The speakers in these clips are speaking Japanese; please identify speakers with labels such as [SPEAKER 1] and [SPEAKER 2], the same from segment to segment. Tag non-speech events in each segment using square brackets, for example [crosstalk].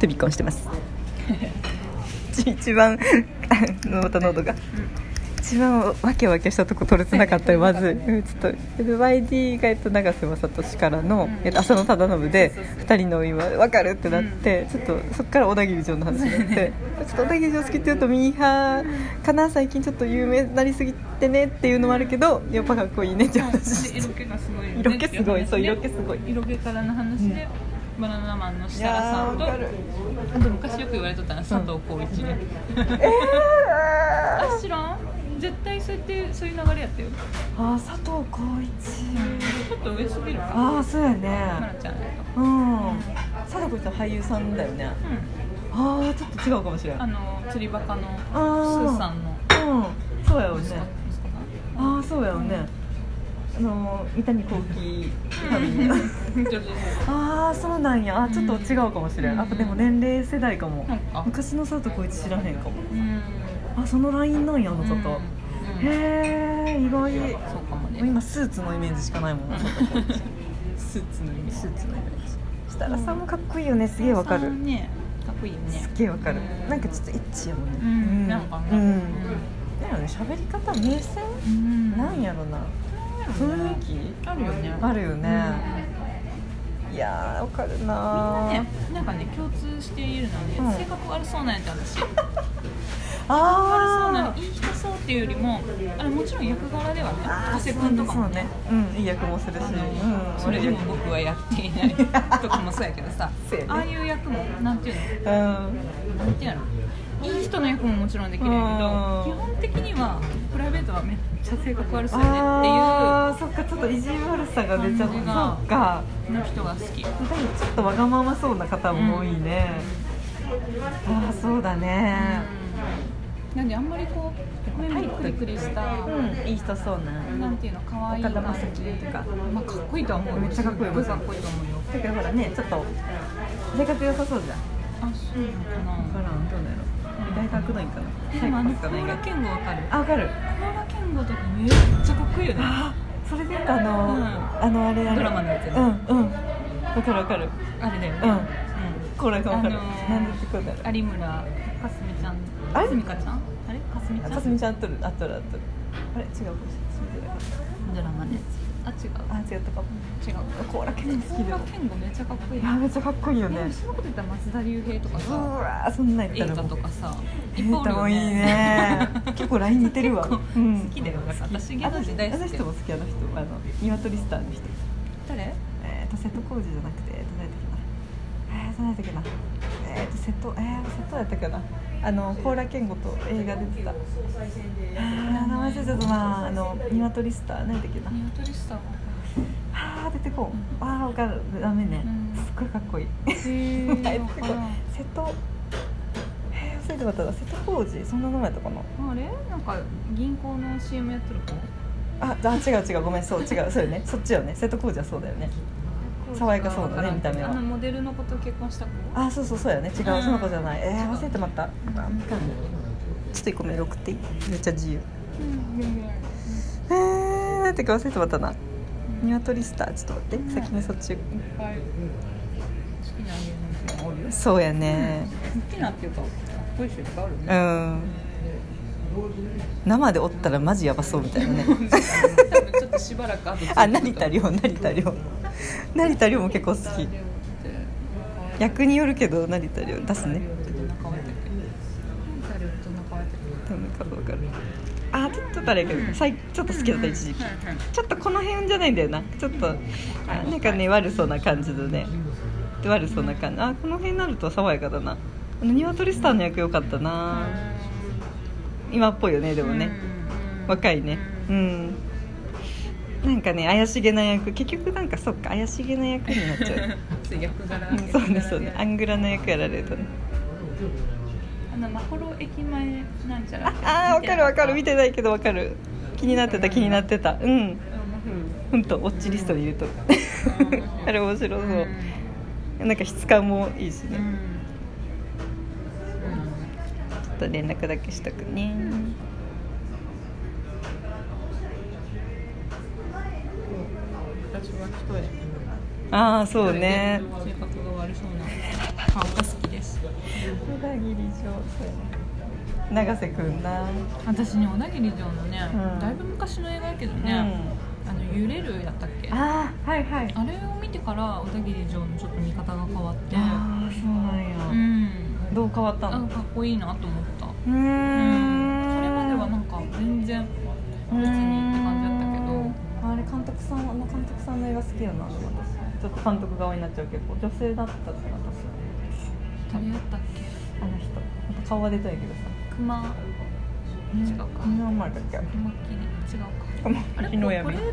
[SPEAKER 1] 飛び交してますち一番あのまた喉が一番わけわけしたとこ取れてなかったよまず、うんちょっと YD が、えっと、永瀬正俊からの、えっと、浅野忠信で2人の今分かるってなって、ちょっとそこから小田切城の話にな [laughs] ってちょっと小田切城好きっていうとミーハーかな最近ちょっと有名になりすぎてねっていうのもあるけどやっぱかっこいいねって話して
[SPEAKER 2] 色気がすごいよね
[SPEAKER 1] 色気すごい
[SPEAKER 2] って話ね
[SPEAKER 1] そう色気すごい
[SPEAKER 2] 色気からの話で、バナナマンの設楽さんと
[SPEAKER 1] いやーわかる
[SPEAKER 2] あと昔よく言われとったの佐藤浩市ね、 [laughs] あ知らん絶対そうやってそういう流れやったよ
[SPEAKER 1] あー佐藤浩一
[SPEAKER 2] ちょっと上すぎるか
[SPEAKER 1] ああそうや
[SPEAKER 2] マナ
[SPEAKER 1] ね
[SPEAKER 2] ちゃんとか
[SPEAKER 1] うん佐藤浩一は俳優さんだよね
[SPEAKER 2] う
[SPEAKER 1] ああちょっと違うかもしれ
[SPEAKER 2] ん
[SPEAKER 1] な
[SPEAKER 2] あ
[SPEAKER 1] い
[SPEAKER 2] の釣りバカのス
[SPEAKER 1] あー
[SPEAKER 2] ーさんの
[SPEAKER 1] うんそうやよ
[SPEAKER 2] 息子
[SPEAKER 1] ね
[SPEAKER 2] 息子さん
[SPEAKER 1] ああそうやよねあの三谷幸喜旅 [laughs] に
[SPEAKER 2] ちょっと
[SPEAKER 1] ああそうなんやあーちょっと違うかもしれん
[SPEAKER 2] うん
[SPEAKER 1] やっぱでも年齢世代かも
[SPEAKER 2] なんか
[SPEAKER 1] 昔の佐藤浩市知らへんかも
[SPEAKER 2] うん
[SPEAKER 1] あそのラインなんやあの
[SPEAKER 2] うん
[SPEAKER 1] 方
[SPEAKER 2] うん
[SPEAKER 1] へえ意外
[SPEAKER 2] そうかも
[SPEAKER 1] もう
[SPEAKER 2] ね
[SPEAKER 1] 今スーツのイメージしかない [laughs] もん
[SPEAKER 2] スーツの意味
[SPEAKER 1] スーツのイメージ設楽さんもかっこいいよねすげえわかる
[SPEAKER 2] ねかっこいいよね
[SPEAKER 1] すっげえわかる
[SPEAKER 2] うん
[SPEAKER 1] なんかちょっとエッチやもんね
[SPEAKER 2] うんなんかね
[SPEAKER 1] うんだよね喋り方目線
[SPEAKER 2] うん
[SPEAKER 1] なんやろな雰囲気
[SPEAKER 2] あるよね
[SPEAKER 1] あるよね
[SPEAKER 2] うん
[SPEAKER 1] いやーわかる
[SPEAKER 2] みん
[SPEAKER 1] な
[SPEAKER 2] な
[SPEAKER 1] ー
[SPEAKER 2] ねなんかね共通して言えるのは
[SPEAKER 1] うん
[SPEAKER 2] ね性格悪そうなんやって私悪そうな
[SPEAKER 1] あ
[SPEAKER 2] の
[SPEAKER 1] ー
[SPEAKER 2] いい人そうっていうよりもあれもちろん役柄ではね加瀬君とかも
[SPEAKER 1] そうね
[SPEAKER 2] ね
[SPEAKER 1] うんいい役もするし
[SPEAKER 2] あ
[SPEAKER 1] うん
[SPEAKER 2] のそれでも
[SPEAKER 1] 悪い
[SPEAKER 2] 僕はやって
[SPEAKER 1] [laughs]
[SPEAKER 2] いないとかもそうやけどさ
[SPEAKER 1] そうやね
[SPEAKER 2] ああいう役もなんていうの
[SPEAKER 1] 役うん
[SPEAKER 2] なんていうのいい人の役ももちろんできるんやけど
[SPEAKER 1] うん
[SPEAKER 2] 基本的にはプライベートはめっちゃ性格悪そうやねっていう
[SPEAKER 1] あーそっかちょっと意地悪さが出ちゃったそ
[SPEAKER 2] 感
[SPEAKER 1] う
[SPEAKER 2] じが
[SPEAKER 1] か
[SPEAKER 2] の人が好き
[SPEAKER 1] でもちょっとわがままそうな方も多いねああそうだね
[SPEAKER 2] なんであんまりこう目もクリクリした、
[SPEAKER 1] うんいい人そうな
[SPEAKER 2] なんていうの可愛い
[SPEAKER 1] 岡田将生とか
[SPEAKER 2] まあ、かっこいいとは思うよ
[SPEAKER 1] めっちゃかっこいい
[SPEAKER 2] すごかっこいいと思うよ
[SPEAKER 1] だからほらねちょっと性格良さそうじゃん
[SPEAKER 2] あそうなのか
[SPEAKER 1] 分からんどうなんやろ大学のいいかな
[SPEAKER 2] なでもあの
[SPEAKER 1] サ
[SPEAKER 2] コ
[SPEAKER 1] イコパスかな意外
[SPEAKER 2] ーラ健吾わかる
[SPEAKER 1] あ分かる
[SPEAKER 2] コーラ健吾とかめっちゃかっこいいよねあ
[SPEAKER 1] あそれで言うとあの、
[SPEAKER 2] うん
[SPEAKER 1] あのあれあれ
[SPEAKER 2] ドラマのやつ
[SPEAKER 1] うんうんわかるわかる
[SPEAKER 2] れだよね
[SPEAKER 1] うん
[SPEAKER 2] う
[SPEAKER 1] これがわかる、
[SPEAKER 2] あのー
[SPEAKER 1] なんでってこうだろうん
[SPEAKER 2] 有村かすみちゃん
[SPEAKER 1] あれ
[SPEAKER 2] かすみかちゃんあれかすみち
[SPEAKER 1] あ
[SPEAKER 2] ゃん
[SPEAKER 1] かすみちゃんとるあとるあとるあれ違うかもしれない見てなかっ
[SPEAKER 2] ドラマのやつあ
[SPEAKER 1] たあ違ったかも
[SPEAKER 2] 違う違う
[SPEAKER 1] コーラ健吾好き
[SPEAKER 2] コー
[SPEAKER 1] だ
[SPEAKER 2] ラ
[SPEAKER 1] よ
[SPEAKER 2] 健吾めっちゃかっこいい
[SPEAKER 1] いやめっちゃかっこいいよ
[SPEAKER 2] で
[SPEAKER 1] ね
[SPEAKER 2] もそんなこと言ったら松田龍平とか
[SPEAKER 1] う
[SPEAKER 2] さ
[SPEAKER 1] わーそんなん
[SPEAKER 2] 瑛
[SPEAKER 1] 言った
[SPEAKER 2] 太
[SPEAKER 1] ら
[SPEAKER 2] とかさい
[SPEAKER 1] エ
[SPEAKER 2] っぱいおるよ
[SPEAKER 1] もいい
[SPEAKER 2] ね
[SPEAKER 1] ね結構ライン似てるわ
[SPEAKER 2] 結構
[SPEAKER 1] うん
[SPEAKER 2] 好きだよ私芸
[SPEAKER 1] あ
[SPEAKER 2] 能
[SPEAKER 1] の
[SPEAKER 2] 人大好
[SPEAKER 1] あの
[SPEAKER 2] きだ
[SPEAKER 1] 人
[SPEAKER 2] よ
[SPEAKER 1] も好きあの人あの鶏スターの人
[SPEAKER 2] 誰
[SPEAKER 1] えっ、ー、と瀬戸康史じゃなくてどないやったっけなえー、どないやったっけなえっ、ー、と瀬戸えー、瀬戸やったっけなあの高良健吾と映画出てたえー、名前忘れちゃったなあの鶏スター何やったっけな
[SPEAKER 2] ニワトリスター
[SPEAKER 1] あー出てこうあーわかるダメね
[SPEAKER 2] うん
[SPEAKER 1] すっごいかっこいい
[SPEAKER 2] へ
[SPEAKER 1] 出てこう瀬戸えー、忘れてまったな瀬戸康史そんな名前やったかな
[SPEAKER 2] あれなんか銀行の CM やってる子
[SPEAKER 1] ああ違う違うごめんそう違うそうよねそっちよね瀬戸康史はそうだよね爽やかそうだね見た目は
[SPEAKER 2] あのモデルの子と結婚した子
[SPEAKER 1] あそうそうそうやね違う、
[SPEAKER 2] うん
[SPEAKER 1] その子じゃないえー、忘れてまった、
[SPEAKER 2] ん
[SPEAKER 1] あみかんちょっと一個メール送っていいめっちゃ自由
[SPEAKER 2] うんいやいや
[SPEAKER 1] えー、なんてか忘れてまったな鶏スターちょっと待って先にそっち
[SPEAKER 2] いっぱい好きな芸能人がおるよ
[SPEAKER 1] そうやね
[SPEAKER 2] 好きなっていうかかっこいい人いっぱいあるよ
[SPEAKER 1] う
[SPEAKER 2] ね
[SPEAKER 1] ん生でおったらマジやばそうみたいなね
[SPEAKER 2] [laughs] 多分ちょっとしばらく後ずっと
[SPEAKER 1] あ成田凌成田凌成田凌も結構好き役によるけど成田凌出すね多分か分かるあちょっと誰かさいちょっと好きだった一時期ちょっとこの辺じゃないんだよなちょっとあなんかね悪そうな感じのねで悪そうな感じあこの辺になると爽やかだなあの鶏スターの役良かったな今っぽいよねでもね若いね
[SPEAKER 2] [laughs]
[SPEAKER 1] うんなんかね怪しげな役結局なんかそっか怪しげな役になっちゃう [laughs]
[SPEAKER 2] 役柄
[SPEAKER 1] うんそうねそうねアングラな役やられるとね
[SPEAKER 2] あのマホロ駅前なんちゃら
[SPEAKER 1] ああ分かる分かる見てないけど分かる気になってた気になってたうんほんとウォッチリストで言うと [laughs] あれ面白そうなんか質感もいいしねちょっと連絡だけしとくね、
[SPEAKER 2] 私は一重
[SPEAKER 1] ああそうね
[SPEAKER 2] 性格が悪そうな顔が好きです
[SPEAKER 1] 小田切城そうやね永瀬くんな
[SPEAKER 2] 私ね小田切城のね、
[SPEAKER 1] うん
[SPEAKER 2] だいぶ昔の映画やけどね、あの揺れるやったっけあ
[SPEAKER 1] ああはいはい
[SPEAKER 2] れを見てから小田切城のちょっと見方が変わって
[SPEAKER 1] ああそうな
[SPEAKER 2] うん
[SPEAKER 1] や、
[SPEAKER 2] ん
[SPEAKER 1] どう変わった
[SPEAKER 2] あか
[SPEAKER 1] の
[SPEAKER 2] っこいいなと思った
[SPEAKER 1] うー
[SPEAKER 2] うんそれまではなんんか全然別にって感じだったけど
[SPEAKER 1] どあれ監督さんあの監督さんの映画好きよな私ちょっと監督側になっちゃうけど女性だったし私
[SPEAKER 2] 誰やったっけ
[SPEAKER 1] あの人また顔は出たいけどさ
[SPEAKER 2] 熊違うか
[SPEAKER 1] みんな生まれたっけ
[SPEAKER 2] 熊切違うか
[SPEAKER 1] この
[SPEAKER 2] あれ
[SPEAKER 1] 日の
[SPEAKER 2] こ
[SPEAKER 1] 闇
[SPEAKER 2] れだこ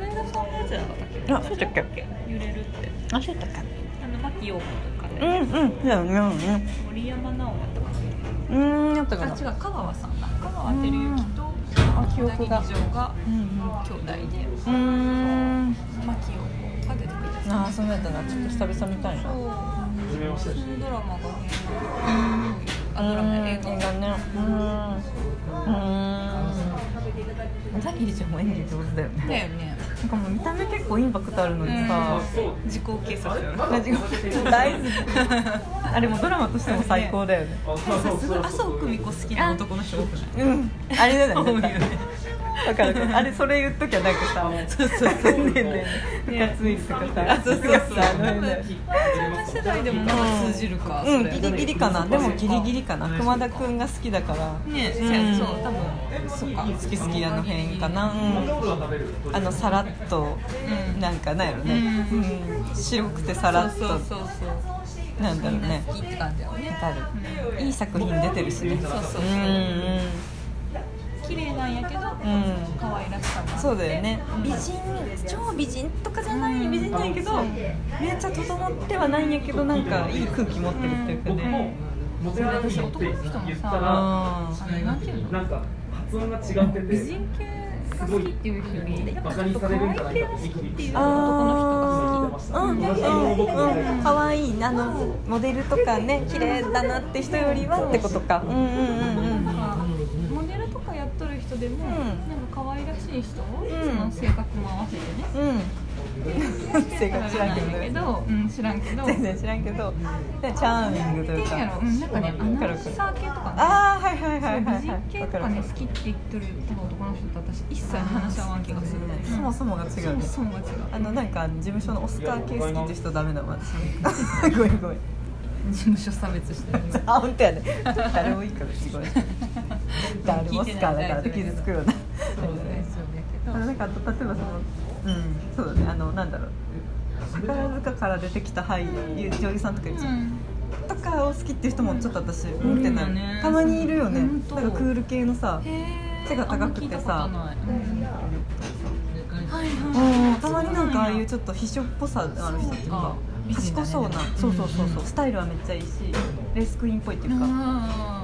[SPEAKER 2] れださんのやつじゃなかったっけ
[SPEAKER 1] あそうだっけ
[SPEAKER 2] 揺れるって
[SPEAKER 1] あそうだっけ
[SPEAKER 2] あの牧陽子とか
[SPEAKER 1] う
[SPEAKER 2] ね、
[SPEAKER 1] んうんそうだよね
[SPEAKER 2] 森山直哉とか
[SPEAKER 1] うんうんうーんやったかな
[SPEAKER 2] あ違う香川さんだ香川照之と
[SPEAKER 1] あ記憶が
[SPEAKER 2] 小田切城が
[SPEAKER 1] うん
[SPEAKER 2] 兄弟で
[SPEAKER 1] うんうーん
[SPEAKER 2] 牧陽子が出てくるやつ
[SPEAKER 1] ああそうやったなちょっと久々見たいな
[SPEAKER 2] そうそのドラマがねあドラマ映画
[SPEAKER 1] 映画ねうんうん小田切ちゃんも演技上手だよね
[SPEAKER 2] だよね
[SPEAKER 1] なんかもう見た目結構インパクトあるのにさ、
[SPEAKER 2] 時効警察だよね
[SPEAKER 1] ラジオ大好きあれもドラマとしても最高だよね
[SPEAKER 2] さすが麻生久美子好きな男の人多くない
[SPEAKER 1] うんあれだよ
[SPEAKER 2] 多い
[SPEAKER 1] ね
[SPEAKER 2] よね
[SPEAKER 1] だからかるあれそれ言っときゃなんかさもう
[SPEAKER 2] そうそうそう
[SPEAKER 1] ねえねえ部活いいとかさ
[SPEAKER 2] あそうそうそう
[SPEAKER 1] あの辺だよ
[SPEAKER 2] 世代でもなんか通じるか
[SPEAKER 1] う
[SPEAKER 2] そ
[SPEAKER 1] ん
[SPEAKER 2] れ
[SPEAKER 1] ギリギリかなでもギリギリかな熊田くんが好きだから
[SPEAKER 2] ねそう
[SPEAKER 1] うん
[SPEAKER 2] そう多分
[SPEAKER 1] そっか好き好きあの辺かな、うん、あのさらっと
[SPEAKER 2] うん
[SPEAKER 1] なんかなんやろね、
[SPEAKER 2] う
[SPEAKER 1] うん、白くてさらっと
[SPEAKER 2] そうそうそうそう
[SPEAKER 1] なんだろうね
[SPEAKER 2] 好きって感じだよ
[SPEAKER 1] わ
[SPEAKER 2] ね
[SPEAKER 1] かるいい作品出てるしね
[SPEAKER 2] そうそうそう
[SPEAKER 1] うんうん
[SPEAKER 2] 綺麗なんやけど、
[SPEAKER 1] ん
[SPEAKER 2] 可愛らしさがあって
[SPEAKER 1] そうだよね
[SPEAKER 2] 美
[SPEAKER 1] 美
[SPEAKER 2] 人
[SPEAKER 1] 人超美人とかじゃない
[SPEAKER 2] うん
[SPEAKER 1] 美人なんやけどめっちゃ整ってはないんやけどなんかいい空気持ってるっていうか
[SPEAKER 3] 僕も
[SPEAKER 1] ね
[SPEAKER 3] モテないって言ったら
[SPEAKER 1] あ
[SPEAKER 2] あのなんていうの
[SPEAKER 3] なんか発音が違って
[SPEAKER 2] 美
[SPEAKER 3] て
[SPEAKER 2] 人系が好きっていうよりやっぱ
[SPEAKER 3] バ
[SPEAKER 2] ちょ
[SPEAKER 3] カ
[SPEAKER 2] っ
[SPEAKER 3] に
[SPEAKER 2] と
[SPEAKER 3] さ
[SPEAKER 2] 可
[SPEAKER 3] れるん
[SPEAKER 2] 愛い
[SPEAKER 3] じゃ
[SPEAKER 2] 系
[SPEAKER 3] ないか
[SPEAKER 2] が好
[SPEAKER 3] と
[SPEAKER 2] き
[SPEAKER 3] 生き
[SPEAKER 2] って
[SPEAKER 3] て
[SPEAKER 2] いう
[SPEAKER 3] い
[SPEAKER 1] あ
[SPEAKER 3] た
[SPEAKER 1] あ
[SPEAKER 2] 男の人が好
[SPEAKER 1] ー
[SPEAKER 2] き
[SPEAKER 1] うんうんうん可愛いなあのモデルとかね綺麗だなって人よりはってことかうんうんうん
[SPEAKER 2] [laughs]
[SPEAKER 1] うん
[SPEAKER 2] モデルとかやっとる人でも、
[SPEAKER 1] ん
[SPEAKER 2] なんか可愛らし
[SPEAKER 1] ん
[SPEAKER 2] い人、その性格も合わせてね
[SPEAKER 1] うん性格知らんけ
[SPEAKER 2] 知らんけ
[SPEAKER 1] ど
[SPEAKER 2] ど、うん、知らんけど
[SPEAKER 1] 全然知らんけどでチャーミングという
[SPEAKER 2] なんていうんや
[SPEAKER 1] か
[SPEAKER 2] ろ、うん、なんかねア
[SPEAKER 1] わ
[SPEAKER 2] ナ
[SPEAKER 1] る
[SPEAKER 2] ウ
[SPEAKER 1] わ
[SPEAKER 2] ンサ
[SPEAKER 1] る
[SPEAKER 2] ー系とかね
[SPEAKER 1] ああはいはい
[SPEAKER 2] そ
[SPEAKER 1] は
[SPEAKER 2] う
[SPEAKER 1] い
[SPEAKER 2] 美
[SPEAKER 1] はいは
[SPEAKER 2] 人
[SPEAKER 1] い
[SPEAKER 2] 系
[SPEAKER 1] わ
[SPEAKER 2] と
[SPEAKER 1] る
[SPEAKER 2] か
[SPEAKER 1] わ
[SPEAKER 2] ね
[SPEAKER 1] る
[SPEAKER 2] 好きって言ってる多分男の人と私一切話し合わん気がする
[SPEAKER 1] そもそもが違う
[SPEAKER 2] そ
[SPEAKER 1] ね
[SPEAKER 2] もそもが違う
[SPEAKER 1] あのなんか事務所のオスカー系好きって人ダメだわ
[SPEAKER 2] [laughs]
[SPEAKER 1] 私ごめんごめん
[SPEAKER 2] 事務所差別してる
[SPEAKER 1] あ本当やね誰もいいからすご [laughs] い誰もオスカーだからって傷つくようなあのなんか例えばそのうんそうだねあのなんだろう宝塚から出てきた俳優女優さんとかいるじゃん、とかを好きっていう人もちょっと私見てない、
[SPEAKER 2] いるよね
[SPEAKER 1] たまにいるよね
[SPEAKER 2] ほんと
[SPEAKER 1] なんかクール系のさ背が高くてさうんたまになんかああいうちょっと秘書っぽさのある人っていうか
[SPEAKER 2] そうか
[SPEAKER 1] 賢そうな、
[SPEAKER 2] 美人だね
[SPEAKER 1] そうそうそうそううんスタイルはめっちゃいいしレースクイーンっぽいっていうか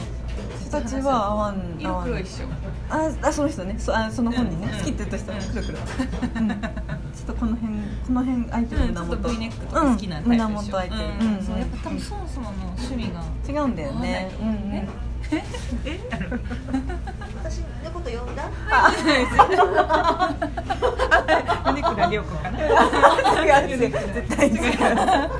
[SPEAKER 1] 人たちは合わん合
[SPEAKER 2] 色
[SPEAKER 1] わ
[SPEAKER 2] 黒
[SPEAKER 1] ん
[SPEAKER 2] 一緒
[SPEAKER 1] ああその人ねそあその本人ね、
[SPEAKER 2] うん
[SPEAKER 1] 好きって言った人
[SPEAKER 2] うん
[SPEAKER 1] 黒黒、うん、ちょっとこの辺この辺相手の
[SPEAKER 2] うんち
[SPEAKER 1] 胸
[SPEAKER 2] ょっと
[SPEAKER 1] 元、
[SPEAKER 2] V ネックとか好きな
[SPEAKER 1] う
[SPEAKER 2] タ
[SPEAKER 1] ん、
[SPEAKER 2] イ
[SPEAKER 1] 胸
[SPEAKER 2] プで
[SPEAKER 1] 元
[SPEAKER 2] しょ
[SPEAKER 1] 相手、
[SPEAKER 2] うんそうやっぱ多
[SPEAKER 1] うん
[SPEAKER 2] 分そもそもの趣味が
[SPEAKER 1] 違うんだよね、うんうん、
[SPEAKER 2] え
[SPEAKER 4] 私のこと呼んだ
[SPEAKER 2] 胸倉涼子かな
[SPEAKER 1] [laughs] 違う違う絶対違う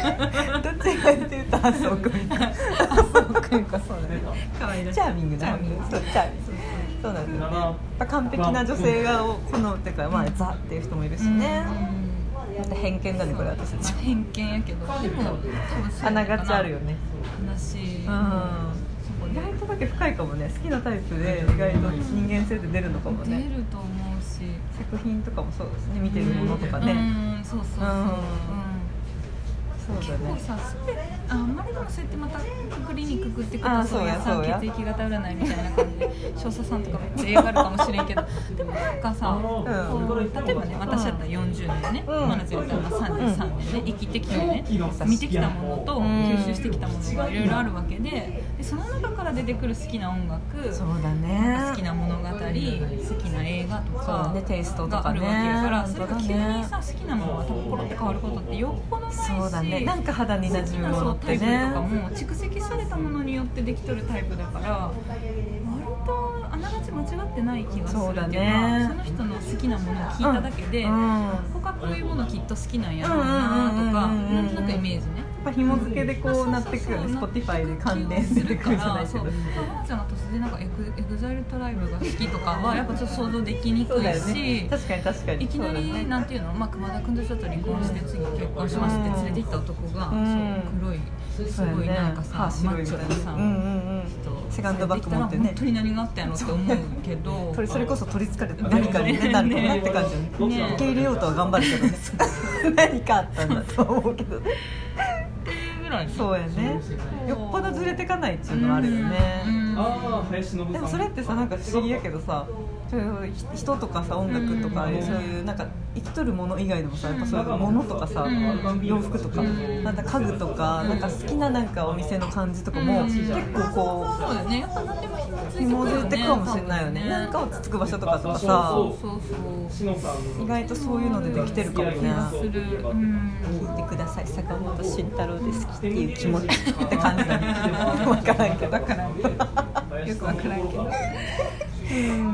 [SPEAKER 1] どっちかっていうと麻生久美子麻生久美子そうだね
[SPEAKER 2] 可愛らしい
[SPEAKER 1] チャーミングなそうチャーミングそうなんですよねやっぱ完璧な女性がを好むっていうかまあザっていう人もいるしねまた偏見だねこれ私たち
[SPEAKER 2] 偏見やけどでも多分そう
[SPEAKER 1] あながちあるよね
[SPEAKER 2] だし
[SPEAKER 1] うん意外とだけ深いかもね好きなタイプで意外と人間性って出るのかも
[SPEAKER 2] 出
[SPEAKER 1] ね
[SPEAKER 2] ると思うし
[SPEAKER 1] 作品とかもそうですね見てるものとかね
[SPEAKER 2] うんそうそうそう
[SPEAKER 1] うん
[SPEAKER 2] うん
[SPEAKER 1] そう
[SPEAKER 2] 結
[SPEAKER 1] だ
[SPEAKER 2] 構
[SPEAKER 1] ね
[SPEAKER 2] さスペあんまりでもそうやってまたくくりにくくってく
[SPEAKER 1] あー
[SPEAKER 2] とそうや
[SPEAKER 1] そ
[SPEAKER 2] さ
[SPEAKER 1] うやそう
[SPEAKER 2] 血
[SPEAKER 1] や
[SPEAKER 2] 液型占いみたいな感じで少佐さんとかめっちゃ映画あるかもしれんけどでもなんかさ、こう例えばね私だったら40年ね、
[SPEAKER 1] うん
[SPEAKER 2] マナちゃんだったら33年ね生きてきてね見てきたものと
[SPEAKER 3] うん
[SPEAKER 2] 吸収してきたものがいろいろあるわけででその中から出てくる好きな音楽
[SPEAKER 1] そうだ
[SPEAKER 2] 好
[SPEAKER 1] ね
[SPEAKER 2] きな物語好きな映画と
[SPEAKER 1] そうだ
[SPEAKER 2] か
[SPEAKER 1] ねテイストと
[SPEAKER 2] が
[SPEAKER 1] か
[SPEAKER 2] あ
[SPEAKER 1] ね
[SPEAKER 2] るわけやからそれが
[SPEAKER 1] 本当
[SPEAKER 2] 急
[SPEAKER 1] だね
[SPEAKER 2] にさ好きなものが多分コロって変わることってよっぽどないし
[SPEAKER 1] そうだねなんか肌に馴
[SPEAKER 2] 好き
[SPEAKER 1] 染む
[SPEAKER 2] な
[SPEAKER 1] も
[SPEAKER 2] そ
[SPEAKER 1] の
[SPEAKER 2] う
[SPEAKER 1] っ
[SPEAKER 2] タ
[SPEAKER 1] て
[SPEAKER 2] イプと
[SPEAKER 1] ね
[SPEAKER 2] かも蓄積されたものによってできとるタイプだから割とあながち間違ってない気がする
[SPEAKER 1] そうだ
[SPEAKER 2] っていうか
[SPEAKER 1] ね
[SPEAKER 2] その人の好きなものを聞いただけで
[SPEAKER 1] うん
[SPEAKER 2] 他こういうものきっと好きなんやろうなとか
[SPEAKER 1] うんうんうんうん
[SPEAKER 2] なんとなくイメージね
[SPEAKER 1] うんぱ紐付けでこうなってくるよね Spotify で関連出てくるじゃないけど
[SPEAKER 2] そうそうまなちゃんが突然なんかエグエグザイルトライブが好きとかはやっぱちょっと想像できに
[SPEAKER 1] そう
[SPEAKER 2] くい
[SPEAKER 1] だよ
[SPEAKER 2] し
[SPEAKER 1] ね。確かに確かに
[SPEAKER 2] いきなり、なんていうの、まあ、熊田君とちょっと離婚して次結婚しますって連れて行った男が、
[SPEAKER 1] うん
[SPEAKER 2] そう黒いす
[SPEAKER 1] そうだよ
[SPEAKER 2] ごい
[SPEAKER 1] ね
[SPEAKER 2] なんかさ、
[SPEAKER 1] 歯
[SPEAKER 2] マ
[SPEAKER 1] 白い
[SPEAKER 2] ッ
[SPEAKER 1] み
[SPEAKER 2] チ
[SPEAKER 1] た
[SPEAKER 2] ョ
[SPEAKER 1] いな
[SPEAKER 2] なさ、
[SPEAKER 1] うんうんうんセカンドバッグ持ってね
[SPEAKER 2] 本当に何があったんやろって思うけど
[SPEAKER 1] それそれこそ取りつかれて何かにねなるかなって感じよね
[SPEAKER 2] ね
[SPEAKER 1] 受け入れようとは頑張るけどね
[SPEAKER 2] [laughs]
[SPEAKER 1] 何かあったんだと思うけど
[SPEAKER 2] ぐらい
[SPEAKER 1] そうやねよっぽどずれてかないっていうのはあるよね、
[SPEAKER 2] うん
[SPEAKER 3] ああ林信さん
[SPEAKER 1] でもそれってさなんか不思議やけどさそういう人とかさ音楽とか、
[SPEAKER 2] うん
[SPEAKER 1] そういうなんか生きとるもの以外でもさやっぱそういうものとかさ、
[SPEAKER 2] うん
[SPEAKER 1] 洋服とか、
[SPEAKER 2] うん
[SPEAKER 1] なんか家具とか、なんか好きななんかお店の感じとかも、
[SPEAKER 2] うん
[SPEAKER 1] 結構こう
[SPEAKER 2] そうだよねやっぱ何でも
[SPEAKER 1] 紐
[SPEAKER 2] 紐
[SPEAKER 1] づ
[SPEAKER 2] づ
[SPEAKER 1] い
[SPEAKER 2] い
[SPEAKER 1] てく
[SPEAKER 2] てく
[SPEAKER 1] か
[SPEAKER 2] よね
[SPEAKER 1] もしれないよねなんか落ち着く場所とかとか
[SPEAKER 2] そう
[SPEAKER 1] さ
[SPEAKER 2] そうそう
[SPEAKER 3] 志乃さんの
[SPEAKER 1] 意外とそういうのでできてるかもね
[SPEAKER 2] するうん
[SPEAKER 1] 聞いてください坂本慎太郎ですっていう気持ちって感じだね分からんけど
[SPEAKER 3] わからんけど
[SPEAKER 2] よくわからんけど
[SPEAKER 1] [laughs]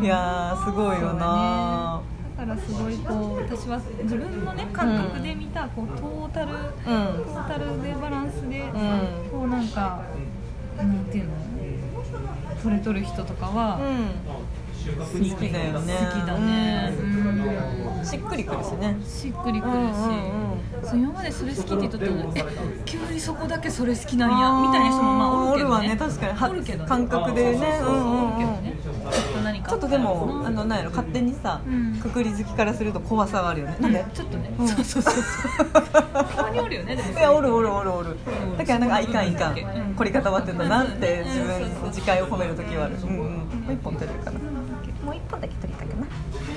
[SPEAKER 1] いやーすごいよな
[SPEAKER 2] だからすごいこう私は自分のね感覚で見たこうトータル、
[SPEAKER 1] うん
[SPEAKER 2] トータルでバランスで、
[SPEAKER 1] ん
[SPEAKER 2] こうなんかなんていうの取れとる人とか
[SPEAKER 1] う
[SPEAKER 2] は
[SPEAKER 1] ん
[SPEAKER 2] 好
[SPEAKER 1] 好きだよね
[SPEAKER 2] 好きだね、
[SPEAKER 1] う
[SPEAKER 2] うん
[SPEAKER 1] しっくりくるしね
[SPEAKER 2] しっくりくるし、
[SPEAKER 1] うんうん
[SPEAKER 2] そう今までそれ好きって言っとったのにえ急にそこだけそれ好きなんやみたいな人もまあおるけ
[SPEAKER 1] お
[SPEAKER 2] どね
[SPEAKER 1] るわね確かには
[SPEAKER 2] おるけどね
[SPEAKER 1] 感覚でね
[SPEAKER 2] そうそうそうおるけどね
[SPEAKER 1] ちょっとでもあのなんやろ勝手にさ、
[SPEAKER 2] うん
[SPEAKER 1] くくり好きからすると怖さはあるよね、なんで
[SPEAKER 2] ちょっとね、
[SPEAKER 1] うん
[SPEAKER 2] そうそうそ
[SPEAKER 1] [laughs]
[SPEAKER 2] うそうたまにおるよねでも
[SPEAKER 1] いやおるおるおるおる
[SPEAKER 2] ん
[SPEAKER 1] だからなんかあいかんいかん
[SPEAKER 2] うん
[SPEAKER 1] 凝り固まってんだなって自分
[SPEAKER 2] うんそうそう
[SPEAKER 1] 自戒を褒める時はある、うんうん、もう一本取れるかなもう一本だけ取れたかな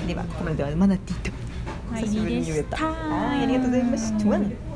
[SPEAKER 1] ではここまではマナティーと
[SPEAKER 2] はい
[SPEAKER 1] 久しぶりに言えた
[SPEAKER 2] いいです
[SPEAKER 1] はいありがとうございました